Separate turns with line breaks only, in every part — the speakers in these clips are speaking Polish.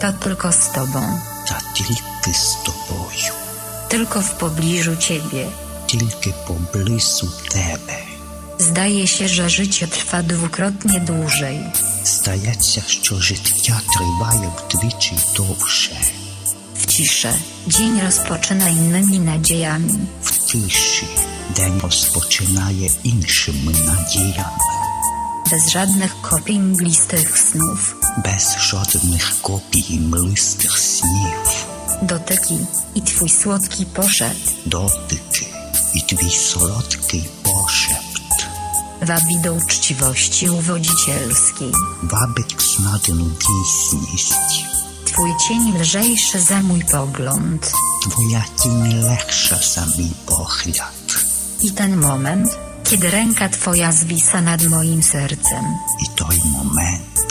Ta tylko z tobą.
ta тільки з тобою,
Tylko w pobliżu ciebie.
тільки поблизу тебе.
Zdaje się, że życie trwa dwukrotnie dłużej.
Здається, що життя триває вдвічі довше,
W ciszy. Dzień rozpoczyna innymi nadziejami.
в тиші день розпочинає іншими надіями,
Bez żadnych kopii mglistych snów.
без жодних копій млистих снів,
Dotyki. I twój słodki poszedł.
дотики і твій солодкий пошепт
Wabi do uczciwości uwodzicielskiej.
вабить в смадину дійсність.
Twój cień lżejszy za mój pogląd.
Твоя тінь легша за мій погляд,
I ten moment, kiedy ręka twoja zwisa nad moim sercem.
і той момент,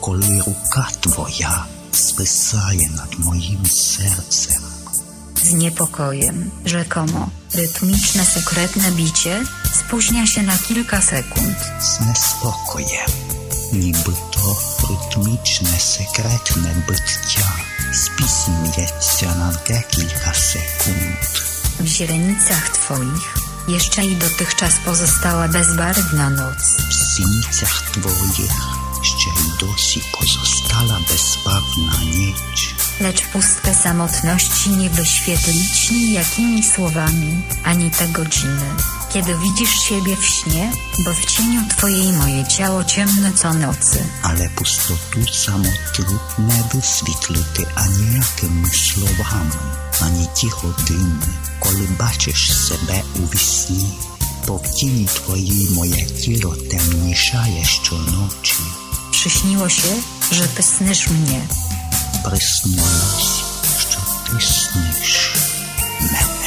коли рука твоя списає над моїм серцем.
Z niepokojem, rzekomo, rytmiczne sekretne bicie spóźnia się na kilka sekund.
з неспокоєм, ніби то ритмічне секретне биття спізнюється на декілька секунд.
W źrenicach twoich jeszcze i dotychczas pozostała bezbarwna noc.
В синіцях твоїх ще й досі позостала безбавна ніч,
Lecz pustkę samotności nie wyświetlić nijakimi słowami, ani te godziny, kiedy widzisz siebie w śnie, bo w cieniu twojej moje ciało ciemne co nocy.
але пустоту самоту не висвітлити аніякими словами, ані ті години, коли бачиш себе у вісні. Повтіні твої моє тіло темнішає щоночі.
Przyśniło się, że ty snysz mnie.
Приснилось, що ти сниш мене.